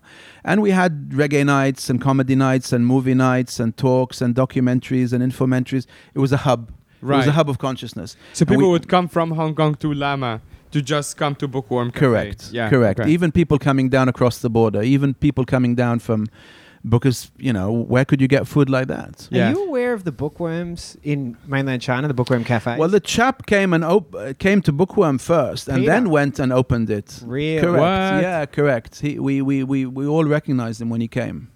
And we had reggae nights and comedy nights and movie nights and talks and documentaries and infomentaries. It was a hub. It was Right. a hub of consciousness. so and we- people would come from Hong Kong to Lama to just come to Bookworm. Cafe. Correct. Yeah. Correct. okay. Even people coming down across the border, even people coming down from because, you know, where could you get food like that? Yeah. Are you aware of the bookworms in mainland China, the bookworm cafe? Well, the chap came and op- uh, came to Bookworm first, and Peter. then went and opened it. Really? Correct. What? Yeah, correct. He, we, we, we, we all recognized him when he came.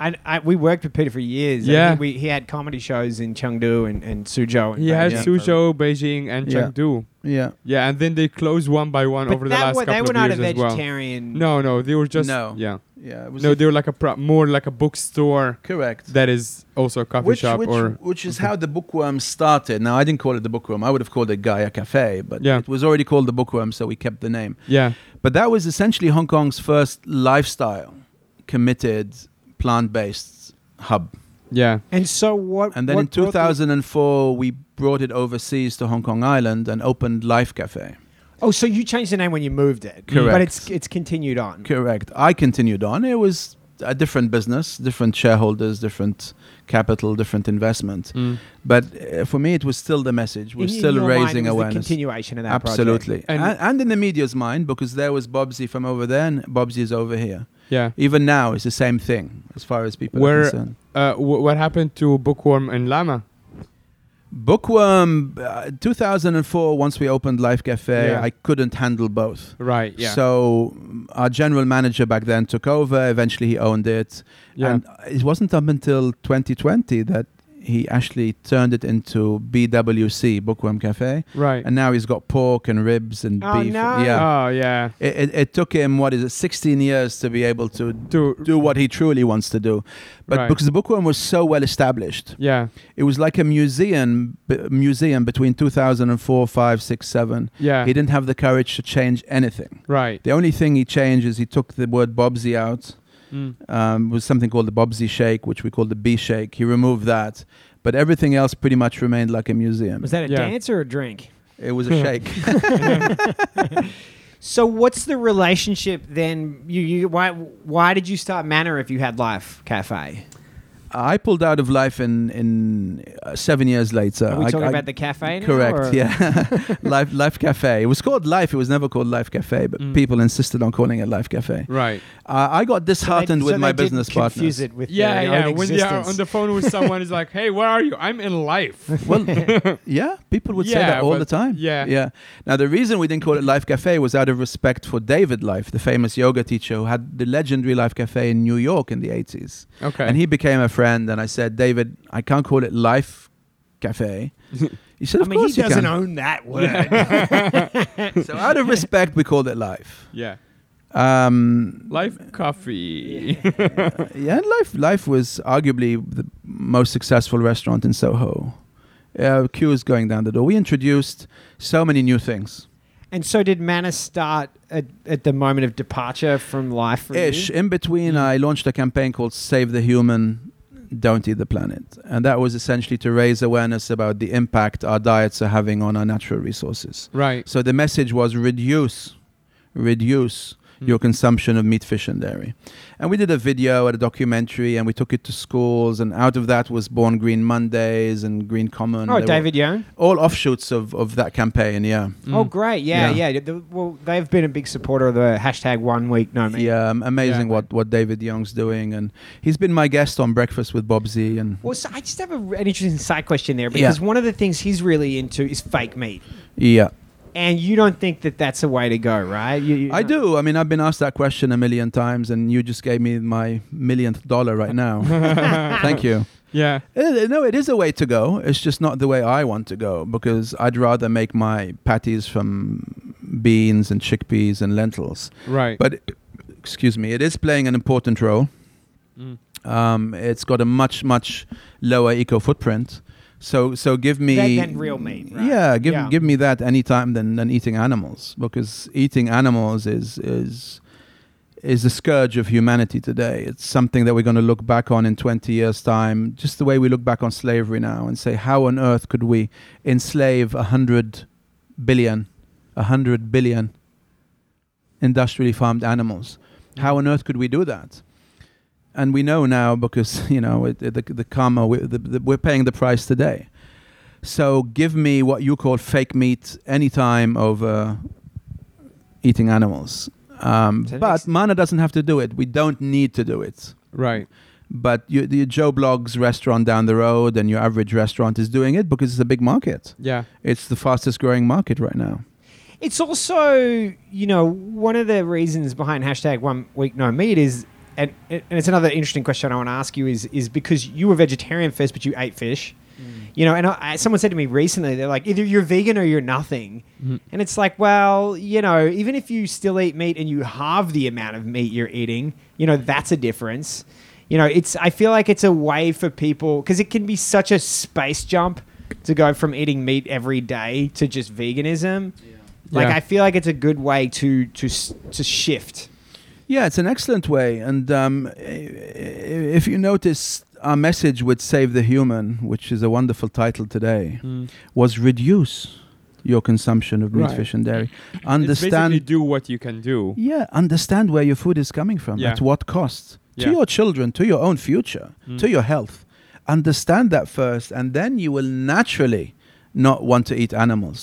I, I, we worked with Peter for years. I Yeah. think we, he had comedy shows in Chengdu and, and Suzhou. And He had Beijing. Suzhou, Beijing, and Yeah. Chengdu. Yeah. Yeah, and then they closed one by one But over the that last wa- couple they were of not years a as well. vegetarian. No, no, they were just No. yeah. Yeah. It was No, a- they were like a pro- more like a bookstore correct. that is also a coffee which, shop which, or which is how the bookworm started. Now I didn't call it the bookworm. I would have called it Gaia Cafe, but Yeah. it was already called the bookworm, so we kept the name. yeah, But that was essentially Hong Kong's first lifestyle committed plant-based hub. yeah, And so what? And then what in brought the- 2004 we brought it overseas to Hong Kong Island and opened Life Cafe. oh, so you changed the name when you moved it, But Correct. it's it's continued on. Correct. I continued on. It was a different business, different shareholders, different capital, different investment. Mm. But uh, for me it was still the message. We're In- in still your mind, raising it was The awareness. continuation of that. project. Absolutely. And- And, and, in the media's mind, because there was Bobsy from over there and Bobsy is over here. yeah. Even now, it's the same thing as far as people Where- are concerned. Uh, w- what happened to Bookworm and Lama? Bookworm, uh, 2004, once we opened Life Cafe, Yeah. I couldn't handle both. Right. Yeah. So mm, our general manager back then took over. Eventually, he owned it. yeah. And it wasn't up until 2020 that he actually turned it into BWC, Bookworm Cafe. right. And now he's got pork and ribs and Oh, beef. no. Yeah. Oh yeah. It, it, it took him what is it, 16 years to be able to To do what he truly wants to do, but Right. because the bookworm was so well established, yeah it was like a museum. b- Museum between 2004, 5, 6, 7. yeah He didn't have the courage to change anything. right. The only thing he changed is he took the word Bobsy out. Mm. Um, was something called the Bobsy Shake, which we called the B Shake. He removed that, but everything else pretty much remained like a museum. Was that a Yeah. dance or a drink? It was a shake. So what's the relationship then? You, you why why did you start Manor if you had Life Cafe? I pulled out of life in in uh, seven years later. Are we I- talking I- about the cafe? Now, Correct. or- Yeah, Life Life Cafe. It was called Life. It was never called Life Cafe, but Mm. people insisted on calling it Life Cafe. Right. Uh, I got So they- disheartened so with my they didn't business confuse partners. it with Yeah, their yeah. own When they are existence. on the phone with someone, it's like, "Hey, where are you? I'm in life." well, yeah, people would say Yeah, that all but- the time. yeah. yeah. Now the reason we didn't call it Life Cafe was out of respect for David Life, the famous yoga teacher who had the legendary Life Cafe in New York in the eighties, Okay. and he became a friend. And I said, David, I can't call it Life Cafe. He said, I Of mean, he course you doesn't can. own that word. So out of respect, we called it Life. yeah. Um, Life coffee. yeah, and life life was arguably the most successful restaurant in Soho. Uh, queues going down the door. We introduced so many new things. And so did Manus start at, at the moment of departure from life for Ish. you? Oh, Mm. In between, I launched a campaign called "Save the Human, Don't Eat the Planet," and that was essentially to raise awareness about the impact our diets are having on our natural resources. right. So the message was reduce, reduce Mm. your consumption of meat, fish, and dairy. And we did a video and a documentary, and we took it to schools. And out of that was born Green Mondays and Green Common. Oh, They were David Young. all offshoots of, of that campaign. Yeah, Oh, great. Yeah, yeah. Mm. Yeah. The- well, they've been a big supporter of the hashtag one week no meat. yeah, um, amazing Yeah. what what David Young's doing, and he's been my guest on Breakfast with Bobsy. And Well, so I just have a, an interesting side question there Yeah. because one of the things he's really into is fake meat. yeah, And you don't think that that's a way to go, right? You, you- I do. I mean, I've been asked that question a million times, and you just gave me my millionth dollar right now. Thank you. Yeah. Uh, No, it is a way to go. It's just not the way I want to go because I'd rather make my patties from beans and chickpeas and lentils. Right. But excuse me, it is playing an important role. Mm. Um, it's got a much much lower eco footprint. So so give me Then- then real meat, right. Yeah, give Yeah. give me that any time than than eating animals because eating animals is is is the scourge of humanity today. It's something that we're going to look back on in 20 years time, just the way we look back on slavery now and say how on earth could we enslave 100 billion 100 billion industrially farmed animals. How on earth could we do that? And we know now because you know it, it- the the karma we, the, the, we're paying the price today. So give me what you call fake meat any time over eating animals. Um, So but next- mana doesn't have to do it. We don't need to do it. Right. But you, the Joe Blogs restaurant down the road and your average restaurant is doing it because it's a big market. Yeah. It's the fastest growing market right now. It's also, you know, one of the reasons behind hashtag one week no meat is, and and it's another interesting question I want to ask you is is because you were vegetarian first, but you ate fish, you know, and I, I- someone said to me recently, they're like, either you're vegan or you're nothing, and it's like, well, you know, even if you still eat meat and you halve the amount of meat you're eating, you know, that's a difference. You know, it's I feel like it's a way for people because it can be such a space jump to go from eating meat every day to just veganism. Like Yeah. I feel like it's a good way to to s- to shift. Yeah, it's an excellent way. And um, i- i- if you notice, our message with Save the Human, which is a wonderful title today, was reduce your consumption of meat, Hmm. Right. fish, and dairy. It's basically Understand. do what you can do. Yeah, understand where your food is coming from, Yeah. at what cost. To Yeah. Hmm. your children, to your own future, to your health. Understand that first, and then you will naturally not want to eat animals.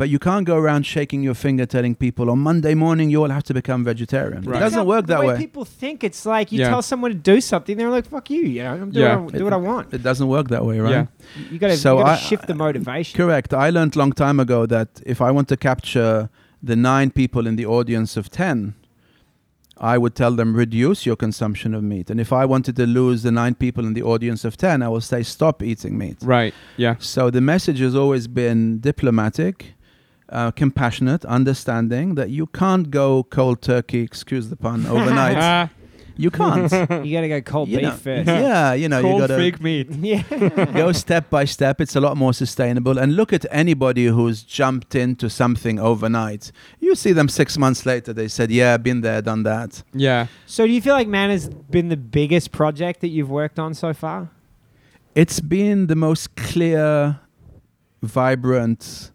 But you can't go around shaking your finger telling people on Monday morning you all have to become vegetarian. Right. It doesn't That's work the that way, way. People think it's like you Yeah. tell someone to do something, they're like, "Fuck you," you know, I'm doing Yeah. what I- do what I want. It doesn't work that way, right? Yeah. You got to So I- shift the motivation. Correct. I learned long time ago that if I want to capture the nine people in the audience of 10, I would tell them reduce your consumption of meat. And if I wanted to lose the nine people in the audience of 10, I will say stop eating meat. Right. Yeah. So the message has always been diplomatic, uh, compassionate, understanding that you can't go cold turkey, excuse the pun, overnight. Ah, you can't. You got to go cold You beef know- first. yeah, you know, you cold got to fake meat. Yeah. go step by step it's a lot more sustainable and look at anybody who's jumped into something overnight you see them six months later they said yeah been there done that Yeah. so do you feel like man has been the biggest project that you've worked on so far? it's been the most clear vibrant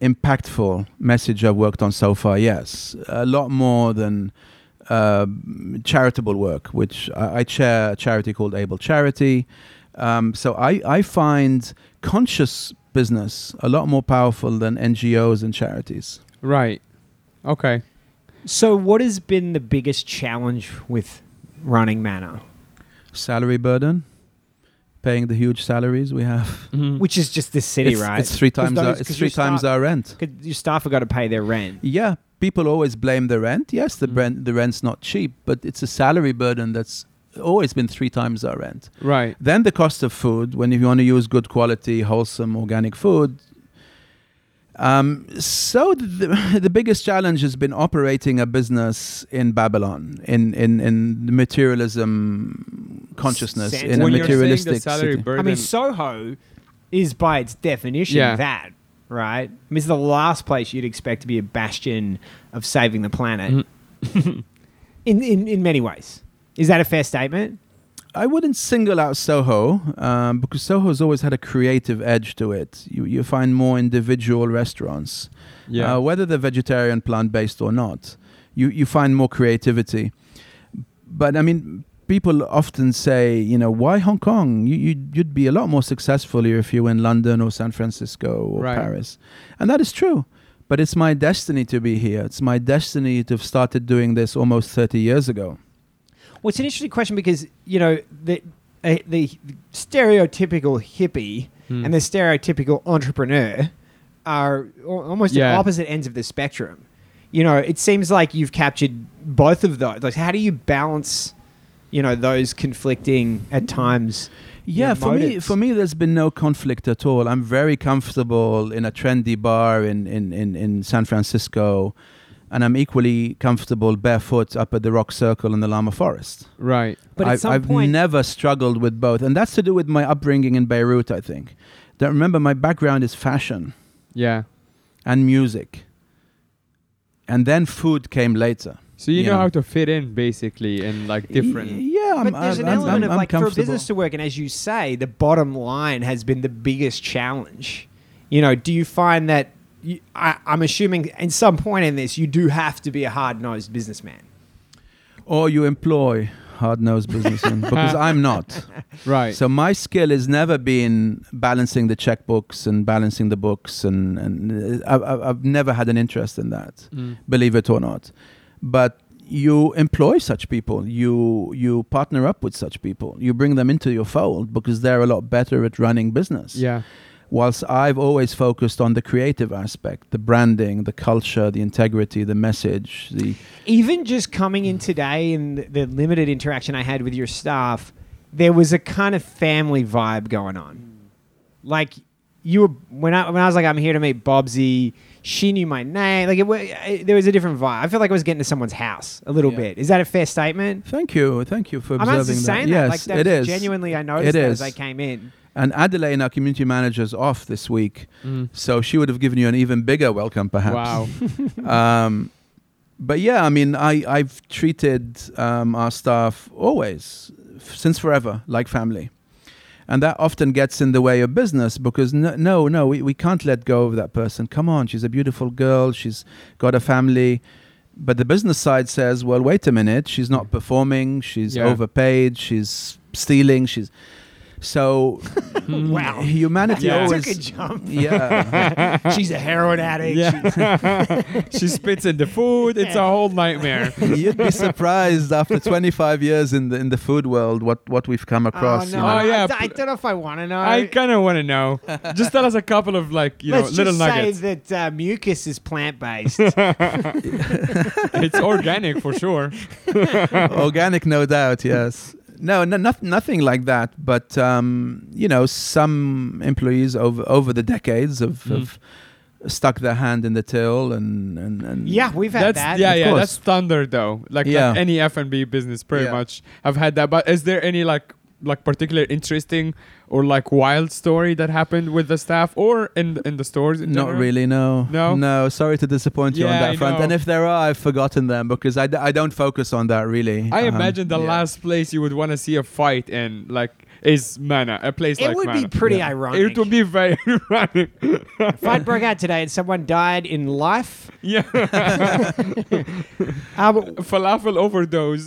impactful message i've worked on so far yes a lot more than uh, charitable work which I, I chair a charity called able charity um, so I, I find conscious business a lot more powerful than ngos and charities Right. Okay. So what has been the biggest challenge with running Manor, salary burden paying the huge salaries we have Mhm. which is just this city, Mm-hmm. it's, right? it's three 'Cause times those- our, 'cause it's your three times staff- our rent 'cause your staff have got to pay their rent. Yeah, people always blame the rent. Yes, Mm. the rent the rent's not cheap, but it's a salary burden that's always been three times our rent. Right. Then the cost of food. When if you want to use good quality, wholesome, organic food. Um, so the, the biggest challenge has been operating a business in Babylon, in in in the materialism consciousness, Sense. in When a you're saying the materialistic salary city. burden, I mean, Soho is by its definition Yeah. that, right? I mean, it's the last place you'd expect to be a bastion of saving the planet in, in, in many ways. Is that a fair statement? I wouldn't single out Soho um, because Soho's always had a creative edge to it. You, you find more individual restaurants, Yeah. uh, whether they're vegetarian, plant based, or not. You, you find more creativity. But I mean, people often say, you know, why Hong Kong? You, you'd, you'd be a lot more successful here if you were in London or San Francisco or Right. Paris. And that is true. But it's my destiny to be here. It's my destiny to have started doing this almost 30 years ago. Well, it's an interesting question because you know the uh, the stereotypical hippie Hmm. and the stereotypical entrepreneur are al- almost Yeah. at opposite ends of the spectrum. You know, it seems like you've captured both of those. Like, how do you balance, you know, those conflicting at times? Yeah, your for me, motives? for me, there's been no conflict at all. I'm very comfortable in a trendy bar in in in, in San Francisco. and I'm equally comfortable barefoot up at the rock circle in the Lama Forest. Right. But at I've, some I've point, never struggled with both, and that's to do with my upbringing in Beirut. I think that remember my background is fashion Yeah. and music, and then food came later. So you know Yeah. how to fit in basically in like Y- different. Yeah, I'm, but there's an I'm- I'm- element I'm- of I'm like for a comfortable. business to work, and as you say, the bottom line has been the biggest challenge. You know, do you find that? You, I, I'm assuming at some point in this, you do have to be a hard nosed businessman. or you employ hard-nosed businessmen because I'm not. Right. So my skill has never been balancing the checkbooks and balancing the books, and and uh, I- I- I've never had an interest in that, Mm. believe it or not. But you employ such people, you you partner up with such people, you bring them into your fold because they're a lot better at running business. Yeah. Whilst I've always focused on the creative aspect, the branding, the culture, the integrity, the message, the even just coming in today and the- the limited interaction I had with your staff, there was a kind of family vibe going on. Like you were when I when I was like, I'm here to meet Bobsy. She knew my name. Like it, wa- it, there was a different vibe. I felt like I was getting to someone's house a little Yeah. bit. Is that a fair statement? Thank you, thank you for I'm observing not just saying that. Yes, Like that it was is genuinely, I It noticed that as is. I came in. And Adelaine, our community manager, is off this week, Mm. so she would have given you an even bigger welcome, perhaps. Wow. Um, but yeah, I mean, I I've treated um, our staff always f- since forever like family, and that often gets in the way of business because no, no, no, we, we can't let go of that person. Come on, she's a beautiful girl. She's got a family. But the business side says, well, wait a minute, she's not performing, she's Yeah. overpaid, she's stealing, she's so Mm. Wow. Humanity Yeah. always. Took a jump. yeah. She's a heroin addict. yeah. she spits in the food. It's a whole nightmare. You'd be surprised after 25 years in the in the food world what what we've come across. oh no! you know. Oh, yeah. I, I don't know if I want to know. I kind of want to know. Just tell us a couple of like you Let's know little just nuggets. say that uh, mucus is plant based. it's organic for sure. Organic, no doubt. Yes. No, no, nothing, nothing like that. But um, you know, some employees over over the decades have, Mm. have stuck their hand in the till and and, and Yeah, we've had That's that. yeah, Of yeah. course. That's standard though. Like, like Yeah. any F and B business, pretty Yeah. much. I've had that. But is there any like like particular interesting or like wild story that happened with the staff or in in the stores? In Not general? really, no. No? No, sorry to disappoint you Yeah, on that I front. know. And if there are, I've forgotten them because I, d- I don't focus on that really. I Um, imagine the yeah. last place you would want to see a fight in like is Mana, a place It like would be Mana. pretty Yeah. ironic. It would be very ironic. Fight broke out today and someone died in life. yeah, Uh, but falafel overdose.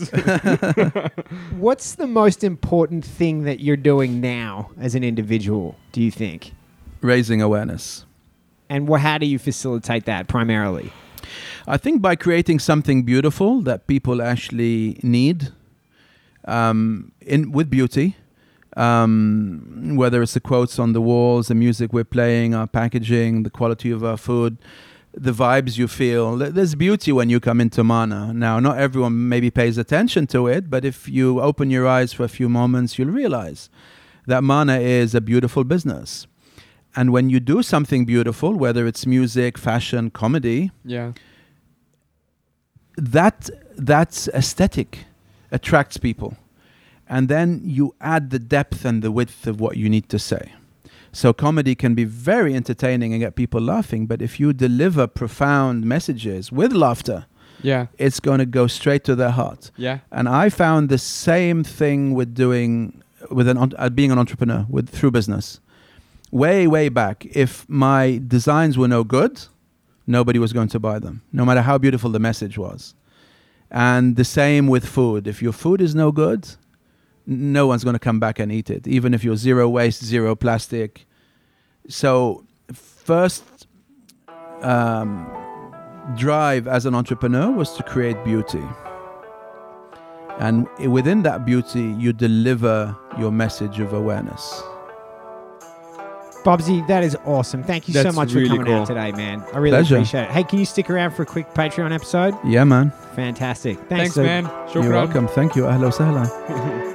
what's the most important thing that you're doing now as an individual, do you think? raising awareness. And wh- how do you facilitate that primarily? I think by creating something beautiful that people actually need, um, in with beauty, um, whether it's the quotes on the walls, the music we're playing, our packaging, the quality of our food, the vibes you feel. Th- There's beauty when you come into Mana. Now, not everyone maybe pays attention to it, but if you open your eyes for a few moments, you'll realize that Mana is a beautiful business. And when you do something beautiful, whether it's music, fashion, comedy, yeah, that that aesthetic attracts people and then you add the depth and the width of what you need to say so comedy can be very entertaining and get people laughing but if you deliver profound messages with laughter yeah, it's going to go straight to their heart yeah. and i found the same thing with doing with an en- uh, being an entrepreneur with through business way way back if my designs were no good nobody was going to buy them no matter how beautiful the message was and the same with food if your food is no good n- no one's going to come back and eat it even if you're zero waste zero plastic so first um, drive as an entrepreneur was to create beauty and i- within that beauty, you deliver your message of awareness. Bobsy, that is awesome. Thank you so That's much really for coming cool. out today, man. I really Pleasure. appreciate it. Hey, can you stick around for a quick Patreon episode? Yeah, man. Fantastic. Thanks, Thanks, Luke. man. You're Shukran. welcome. Thank you. Ahla wa sahla.